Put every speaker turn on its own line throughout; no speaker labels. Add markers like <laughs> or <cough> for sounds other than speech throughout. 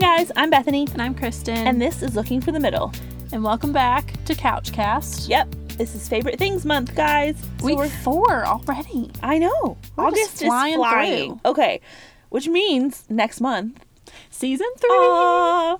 guys, I'm Bethany,
And I'm Kristen.
and this is Looking for the Middle.
and welcome back to Couchcast.
Yep, this is Favorite Things Month, guys. So
Week
we're-
four already.
I know.
we're
August
just flying
is flying.
through.
Okay, which means next month.
Season three.
Uh,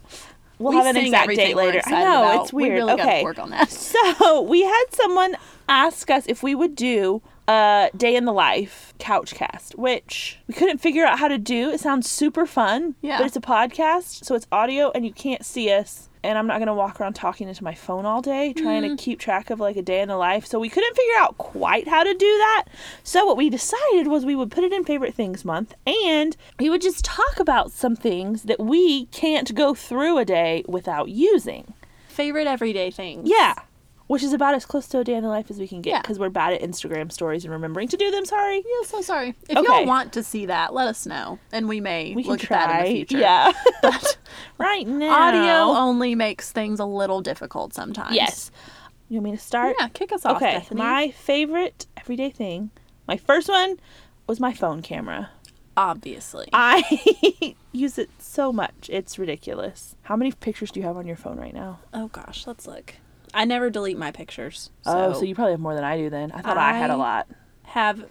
we'll
we
have an
sing
exact
everything
date
we're
later. I
excited
know,
about.
it's weird.
We really got
okay.
to work on that.
So <laughs> we had someone ask us if we would do a day in the life couch cast, which we couldn't figure out how to do. It sounds super fun,
Yeah.
but it's a podcast, so it's audio and you can't see us. And I'm not gonna walk around talking into my phone all day trying to keep track of like a day in the life. So we couldn't figure out quite how to do that. So what we decided was we would put it in favorite things month and we would just talk about some things that we can't go through a day without using.
Favorite everyday things.
Yeah. Which is about as close to a day in the life as we can get
Yeah.
because we're bad at Instagram stories and remembering to do them. Sorry.
Yeah, so sorry. If
Okay.
y'all want to see that, let us know, and we may
We can
look
try.
at that in the future. <laughs>
Yeah. But <laughs> right now.
Audio only makes things a little difficult sometimes.
Yes. You want me to start?
Yeah, kick us off,
okay.
Bethany.
My favorite everyday thing, my first one was my phone camera.
Obviously.
I <laughs> use it so much. It's ridiculous. How many pictures do you have on your phone right now?
oh gosh, let's look. I never delete my pictures.
oh, so you probably have more than I do then. I thought I had a
I-
lot.
have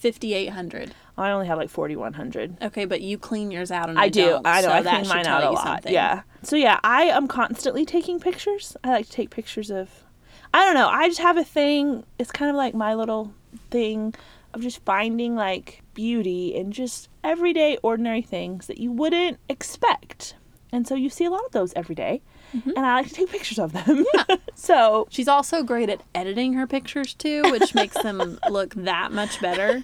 5,800.
I only have like 4,100.
Okay, but you clean yours out, and I,
I do.
Don't,
I know.
So
I
that
clean
should
mine
tell
out a
you
lot.
something.
Yeah. So yeah, I am constantly taking pictures. I like to take pictures of. I don't know. I just have a thing. It's kind of like my little thing of just finding like beauty in just everyday ordinary things that you wouldn't expect. And so you see a lot of those every day.
Mm-hmm.
And I like to take pictures of them. <laughs> so
She's also great at editing her pictures too, which makes
<laughs>
them look that much better.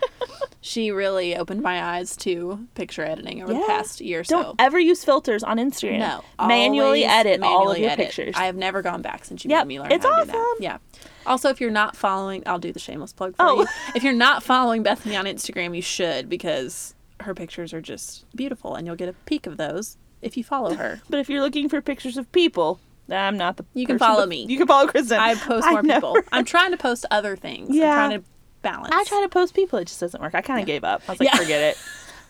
She really opened my eyes to picture editing over
Yeah.
the past year or
don't
so.
ever use filters on Instagram.
no,
Manually
always
edit all of
manually
your
edit.
pictures.
I have never gone back since you
Yep,
made me learn
it's
how to do that.
awesome.
Yeah. Also, if you're not following, I'll do the shameless plug for
Oh.
you. If you're not following Bethany on Instagram, you should because her pictures are just beautiful, and you'll get a peek of those if you follow her.
<laughs> But if you're looking for pictures of people, I'm not the.
You can
person-
follow me.
<laughs> You can follow Kristen.
I post more people.
never-
I'm trying to post other things.
Yeah.
I'm trying to balance.
<laughs> I try to post people. It just doesn't work. I kind of gave up. I was like,
Yeah. Oh
forget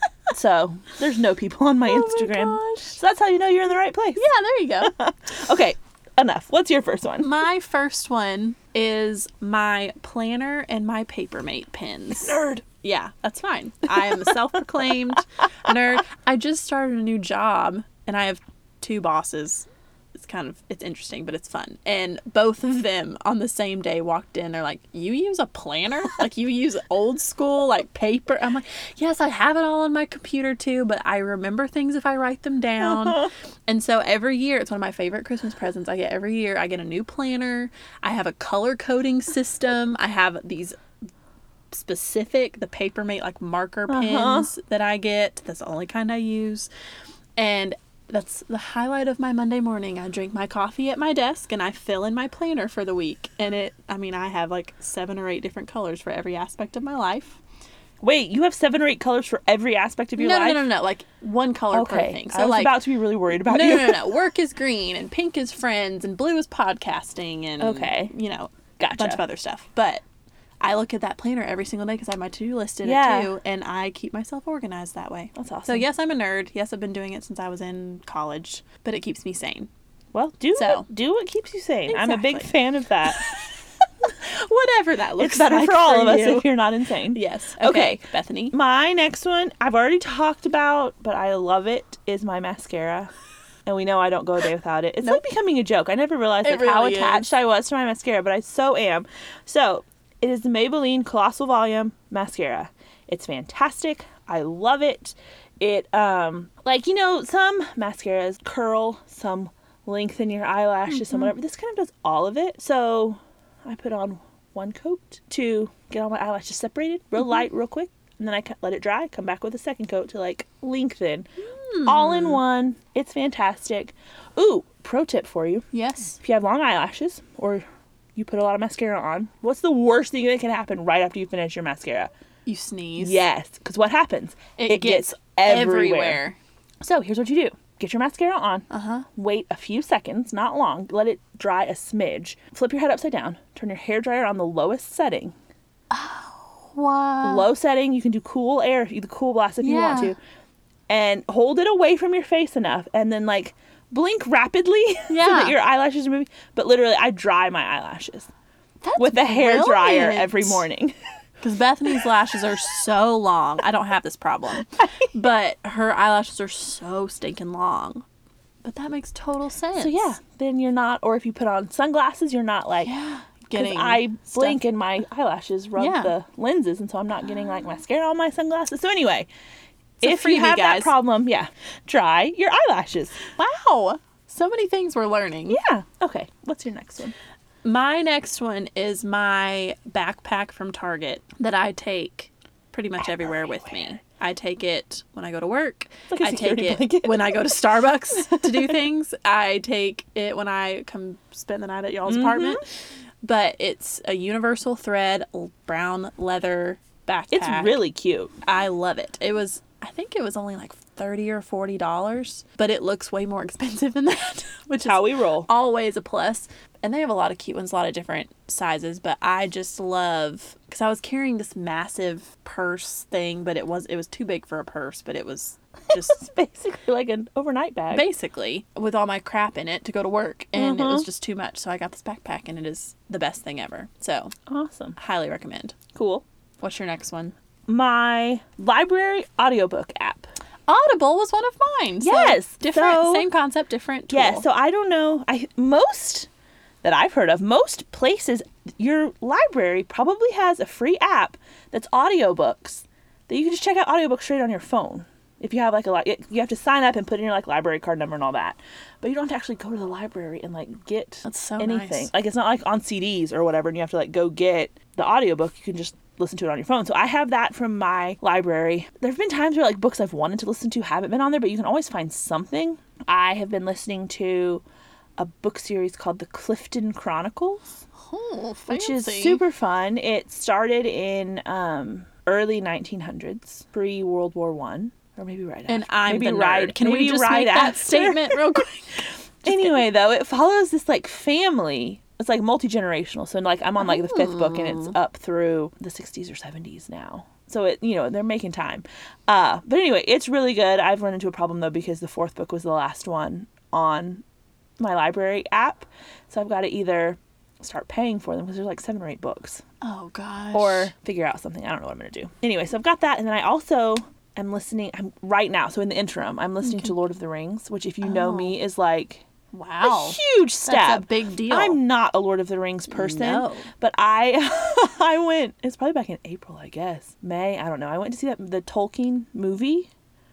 <laughs>
it. So there's no people on my Instagram.
gosh.
So that's how you know you're in the right place.
Yeah, there you go.
Okay, enough. What's your first one?
My first one is my planner and my Papermate pens.
Nerd.
Yeah, that's fine. I am a self proclaimed nerd. I just started a new job and I have two bosses. It's kind of it's interesting, but it's fun. And both of them on the same day walked in. They're like, "You use a planner? Like you use old school like paper?" I'm like, "Yes, I have it all on my computer too, but I remember things if I write them down." and so every year, it's one of my favorite Christmas presents I get every year. I get a new planner. I have a color coding system. I have these specific the papermate like marker pens that I get. That's the only kind I use. And that's the highlight of my Monday morning. I drink my coffee at my desk and I fill in my planner for the week. And it I mean I have like seven or eight different colors for every aspect of my life.
Wait, you have seven or eight colors for every aspect of your
No, no,
life.
no, no, no, like one color per
Okay,
thing.
I
So
was
like
about to be really worried about
<laughs> no,
you.
no, no, no. Work is green and pink is friends and blue is podcasting and
Okay.
you know,
Gotcha.
a bunch of other stuff. But I look at that planner every single day because I have my to do list in
Yeah.
it too, and I keep myself organized that way.
That's awesome.
So yes, I'm a nerd. Yes, I've been doing it since I was in college, but it keeps me sane.
Well, do
So.
what, do what keeps you sane. I'm a big
Exactly.
fan of
<laughs>
that.
<laughs> Whatever that looks
it's better
like
for all of us
you.
if you're not insane.
<laughs> Yes.
Okay.
Okay, Bethany.
My next one, I've already talked about, but I love it, is my mascara. And we know I don't go a day without it. It's like becoming a joke. I never realized
It
like, how
really
attached
is.
I was to my mascara, but I so am. So it is the Maybelline Colossal Volume Mascara. It's fantastic. I love it. It um like you know, some mascaras curl, some lengthen your eyelashes, some
Mm-hmm.
whatever. This kind of does all of it. So I put on one coat to get all my eyelashes separated,
Mm-hmm.
real light, real quick, and then I cut- let it dry. Come back with a second coat to like lengthen. All
Mm.
in one. It's fantastic. Ooh, pro tip for you:
Yes.
if you have long eyelashes or you put a lot of mascara on, what's the worst thing that can happen right after you finish your mascara?
You sneeze.
Yes, because what happens?
It, gets, everywhere.
So here's what you do. Get your mascara on. Uh-huh. Wait a few seconds, not long. Let it dry a smidge. Flip your head upside down. Turn your hair dryer on the lowest setting.
Wow.
Low setting, you can do cool air, the cool blast if you want
Oh. Yeah.
to. and hold it away from your face enough and then like blink rapidly <laughs> so
Yeah.
that your eyelashes are moving. But literally I dry my eyelashes
That's
with a hair dryer every
brilliant.
morning. <laughs>
Because Bethany's lashes are so long. <laughs> I don't have this problem. But her eyelashes are so stinking long. But that makes total sense.
Uh, so yeah, then you're not or if you put on sunglasses, you're not like
Yeah.
Because
Getting
I
stuff-
blink and my eyelashes rub
Yeah.
the lenses, and so I'm not getting like mascara on my sunglasses. So anyway,
a
if you
freebie,
have that
guys.
problem, yeah, try your eyelashes.
Wow. So many things we're learning.
Yeah. Okay. What's your next one?
My next one is my backpack from Target that I take pretty much everywhere, with me. I take it when I go to work.
like a
I take
security
it
blanket.
when I go to <laughs> Starbucks to do things. I take it when I come spend the night at y'all's apartment. But it's a universal thread l- brown leather backpack.
It's really cute.
I love it. It was I think it was only like 30 or 40 dollars, but it looks way more <laughs> expensive than that, which is
How we roll.
always a plus. And they have a lot of cute ones, a lot of different sizes, but I just love cuz I was carrying this massive purse thing, but it was it was too big for a purse, but it was just
<laughs> It's <laughs> basically like an overnight bag.
basically with all my crap in it to go to work and it was just too much. So I got this backpack and it is the best thing ever. So,
awesome.
highly recommend.
Cool.
What's your next one?
My library audiobook app.
Audible was one of mine. So
Yes,
different,
so-
same concept, different tool.
Yeah, so I don't know. I most that I've heard of, most places your library probably has a free app that's audiobooks that you can just check out audiobooks straight on your phone. If you have like a li- you have to sign up and put in your like library card number and all that, but you don't have to actually go to the library and like get
That's so
anything.
nice.
Like it's not like on CDs or whatever, and you have to like go get the audiobook. You can just listen to it on your phone. So I have that from my library. There have been times where like books I've wanted to listen to haven't been on there, but you can always find something. I have been listening to a book series called The Clifton Chronicles,
oh,
which is
fancy.
super fun. It started in um, early 1900s, pre World War One, or maybe right
And
after.
I'm
maybe
the
right.
nerd. Can
maybe
we just
right
make that
after.
statement
<laughs>
real quick?
anyway though it follows this like family it's like multi-generational so like i'm on like the fifth book and it's up through the 60s or 70s now so it you know they're making time uh but anyway it's really good i've run into a problem though because the fourth book was the last one on my library app so i've got to either start paying for them because there's like seven or eight books
Oh gosh.
or figure out something. I don't know what I'm gonna do. Anyway, so I've got that, and then I also am listening. I'm right now. So in the interim, I'm listening to Lord of the Rings, which, if you know me, is like
wow,
a huge step.
that's a big deal.
I'm not a Lord of the Rings person,
No.
but I <laughs> I went. It's probably back in April, I guess May. I don't know. I went to see that the Tolkien movie,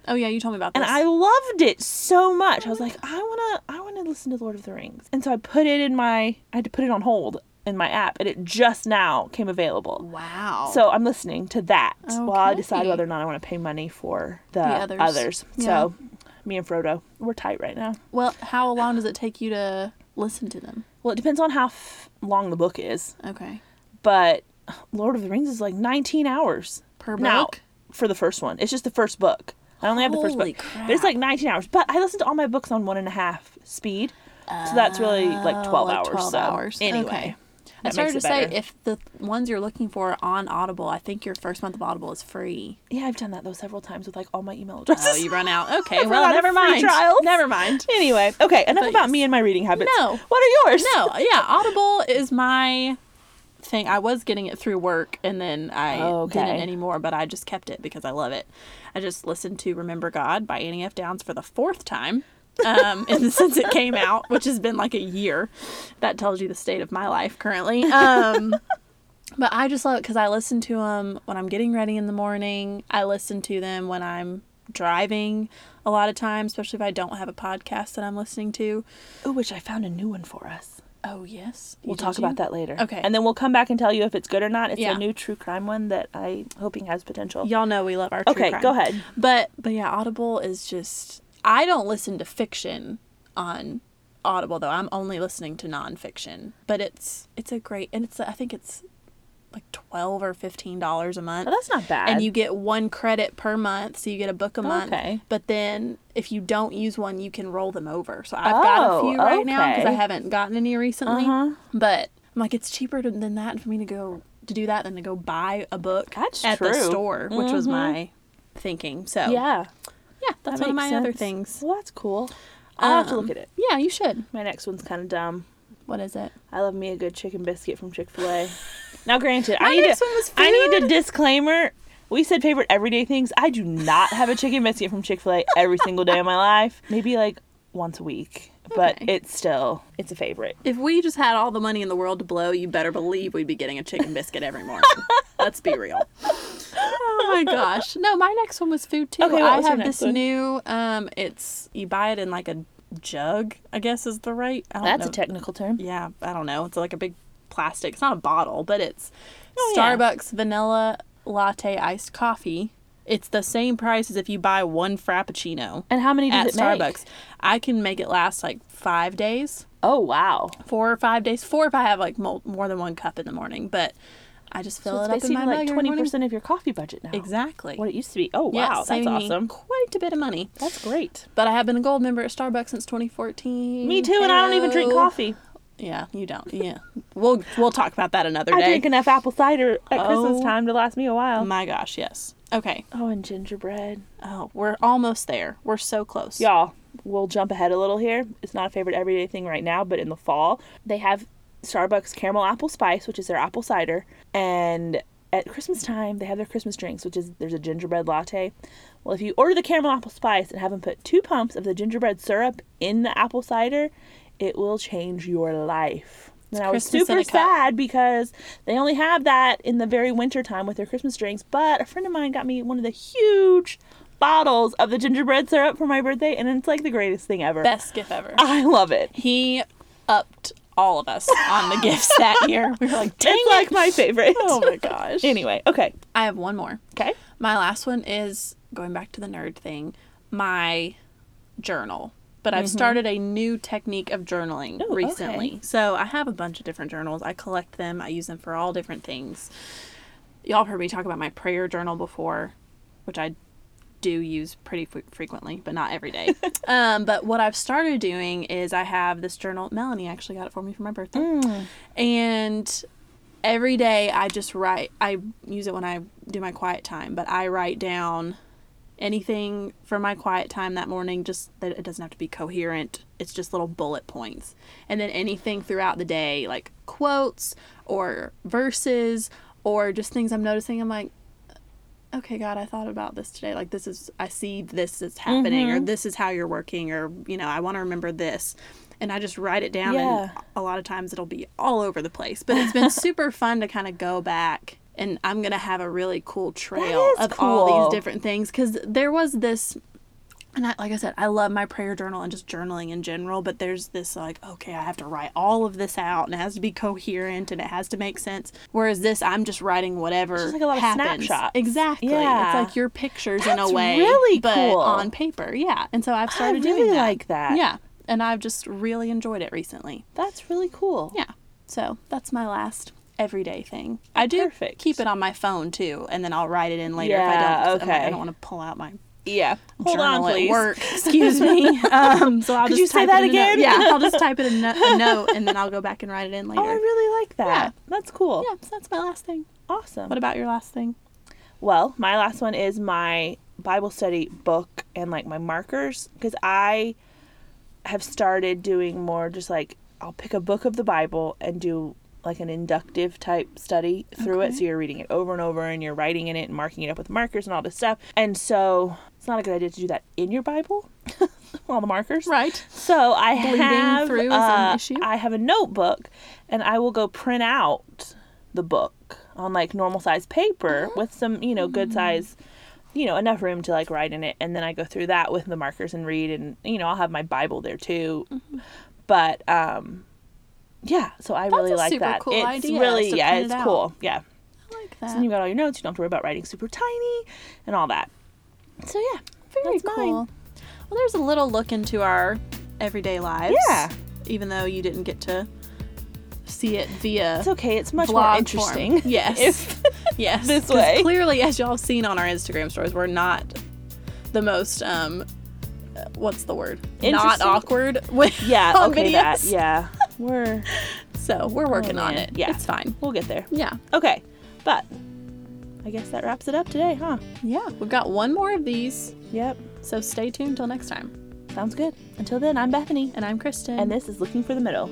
oh yeah, you told me about this.
and I loved it so much. I was like, I wanna I wanna listen to Lord of the Rings, and so I put it in my. I had to put it on hold in my app, and it just now came available.
wow.
So I'm listening to that while I decide
Okay.
whether or not I want to pay money for the,
others.
others. So me and Frodo, we're tight right now.
well, how long does it take you to listen to them?
Well, it depends on how f- long the book is,
Okay,
but Lord of the Rings is like 19 hours
per book.
now for the first one. It's just the first book. I only have the first
Holy
book, but it's
crap.
like 19 hours. But I listen to all my books on one and a half speed, so that's really like 12
Oh, like
hours.
12
so
Uh, hours.
anyway,
Okay. I
that
started
makes
to
it
say
better.
if the ones you're looking for are on Audible, I think your first month of Audible is free.
yeah, I've done that though several times with like all my email addresses. <laughs>
Oh, you run out. Okay,
I
well,
forgot
never
free
mind.
trials.
Never mind.
Anyway, okay, enough
But
about
yes.
me and my reading habits.
No.
What are yours?
No, yeah, Audible is my thing. I was getting it through work and then I
Oh, Okay.
didn't anymore, but I just kept it because I love it. I just listened to Remember God by Annie F. Downs for the fourth time. um, <laughs> and since it came out, which has been like a year, that tells you the state of my life currently. Um, <laughs> but I just love it because I listen to them when I'm getting ready in the morning. I listen to them when I'm driving a lot of times, especially if I don't have a podcast that I'm listening to.
Oh, which I found a new one for us.
Oh, yes.
We'll talk about that later.
Okay.
And then we'll come back and tell you if it's good or not. It's
Yeah.
a new true crime one that I'm hoping has potential.
Y'all know we love our true
Okay,
crime.
go ahead.
But but yeah, Audible is just I don't listen to fiction on Audible though. I'm only listening to nonfiction. But it's it's a great and it's I think it's like twelve or fifteen dollars a month.
Oh, that's not bad.
and you get one credit per month, so you get a book a month.
Okay.
But then if you don't use one, you can roll them over. So I've got a
Oh,
few right now because I
okay.
haven't gotten any recently.
Uh-huh.
But I'm like, it's cheaper to, than that for me to go to do that than to go buy a book
That's
at the
true. Mm-hmm. Oh,
store, which was my thinking. So
yeah.
Yeah, that's
That
one of
makes
my other
sense.
things.
Well, that's cool. I'll have to
Um,
look at it.
Yeah, you should.
My next one's kind of dumb.
What is it?
I love me a good chicken biscuit from Chick Fil <laughs> A. now, granted,
My
I need
next
to,
one was
I need
food.
a disclaimer. We said favorite everyday things. I do not have a chicken biscuit from Chick Fil A every single day of my life. Maybe like once a week, but
Okay.
it's still it's a favorite.
If we just had all the money in the world to blow, you better believe we'd be getting a chicken biscuit every morning. <laughs> Let's be real. Oh my gosh. No, my next one was food too.
Okay, what
I
was your
have
next
this
one?
new um it's you buy it in like a jug, I guess is the right. I don't
That's
know.
a technical term.
yeah, I don't know. It's like a big plastic. It's not a bottle, but it's
Oh, yeah.
Starbucks vanilla latte iced coffee. It's the same price as if you buy one frappuccino
And how many does
at
it make?
Starbucks. I can make it last like 5 days
Oh wow!
four or five days. Four if I have like mo- more than one cup in the morning, but I just fill
So it's
it up in
basically
my
like
mug every
twenty
morning.
percent of your coffee budget now.
Exactly.
What it used to be. Oh
Yeah,
wow, that's
saving me
awesome.
Quite a bit of money.
That's great.
But I have been a gold member at Starbucks since 2014.
Me too, and I don't even drink
Hello.
coffee.
Yeah, you don't. Yeah, we'll we'll talk about that another
I
day.
drink enough apple cider at
Oh.
Christmas time to last me a while.
my gosh, yes. Okay.
Oh, and gingerbread.
Oh, we're almost there. We're so close.
Y'all, we'll jump ahead a little here. It's not a favorite everyday thing right now, but in the fall, they have Starbucks caramel apple spice, which is their apple cider, and at Christmas time, they have their Christmas drinks, which is there's a gingerbread latte. Well, if you order the caramel apple spice and have them put two pumps of the gingerbread syrup in the apple cider, it will change your life. And I was
Christmas in a
super
cup.
sad because they only have that in the very winter time with their Christmas drinks. But a friend of mine got me one of the huge bottles of the gingerbread syrup for my birthday, and it's like the greatest thing ever.
Best gift ever.
<laughs> I love it.
He upped all of us on the gifts that year. We were like, dang
it's like my favorite.
Oh
<laughs>
my gosh.
anyway, okay,
I have one more.
okay.
My last one is going back to the nerd thing, my journal. But I've started a new technique of journaling
Mm-hmm. Ooh,
recently.
okay.
So I have a bunch of different journals. I collect them, I use them for all different things. Y'all heard me talk about my prayer journal before, which I do use pretty fre- frequently, but not
<laughs>
every day. um, but what I've started doing is I have this journal. Melanie actually got it for me for my birthday.
Mm.
And every day I just write. I use it when I do my quiet time, but I write down anything from my quiet time that morning. Just that it doesn't have to be coherent. It's just little bullet points, and then anything throughout the day, like quotes or verses or just things I'm noticing. I'm like. Okay, God, I thought about this today. Like, this is, I see this is happening, or this is how you're working, or, you know, I want to remember this. And I just write it down,
Yeah.
and a lot of times it'll be all over the place, but it's been super fun to kind of go back and I'm going to have a really cool trail
is
of all
cool.
these different things cuz there was this and I, like I said, I love my prayer journal and just journaling in general, but there's this like, okay, I have to write all of this out and it has to be coherent and it has to make sense. Whereas this, I'm just writing whatever
just like a lot of
happens.
snapshots.
Exactly.
Yeah.
It's like your pictures in a
That's
way,
really
but
cool.
on paper. Yeah. And so I've started
really
doing that.
like that.
Yeah. And I've just really enjoyed it recently.
That's really cool.
Yeah. So that's my last everyday thing. I do
Perfect.
keep it on my phone too, and then I'll write it in later
Yeah,
if I don't. 'cause I'm like, I
okay.
don't want to pull out my
Yeah. Hold
journal
on, please.
at work. <laughs> Excuse <laughs> me. Um, so I'll
Could
just
you say
type
that
it in a note.
again?
<laughs> Yeah, I'll just type it in <laughs> a, no- a note, and then I'll go back and write it in later.
Oh, I really like that. That's cool.
Yeah, so that's my last thing.
Awesome.
What about your last thing?
Well, my last one is my Bible study book and like my markers because I have started doing more just like I'll pick a book of the Bible and do like an inductive type study through it. So you're reading it over and over and you're writing in it and marking it up with markers and all this stuff. And so it's not a good idea to do that in your Bible, <laughs> all the markers.
Right.
So I have
through is an
uh,
issue?
I have a notebook, and I will go print out the book on like normal size paper
Oh.
with some you know good size, you know enough room to like write in it, and then I go through that with the markers and read, and you know I'll have my Bible there too,
Mm-hmm.
but um, yeah. So I really
a
like
super
that.
cool
it's
idea,
really
is to
yeah,
print it
it's
out.
cool yeah.
I like
So
that.
then you've got all your notes. You don't have to worry about writing super tiny and all that. So yeah,
Very
that's mine.
cool. Well, there's a little look into our everyday lives.
Yeah.
Even though you didn't get to see it via
It's okay. It's much
Vlog
more
form.
interesting. <laughs>
Yes.
If-
<laughs> yes
this
'cause
way.
clearly as y'all have seen on our instagram stories we're not the most um uh, what's the word not
Interesting.
awkward with
Yeah,
<laughs> on
okay, that.
videos. <laughs>
Yeah. We're
so we're working on
man.
it
Yeah.
it's fine
we'll get there.
yeah
Okay. But I guess that wraps it up today, huh?
yeah we've got one more of these
Yep.
So stay tuned till next time.
Sounds good. Until then, I'm Bethany,
And I'm Kristen.
and this is Looking for the Middle.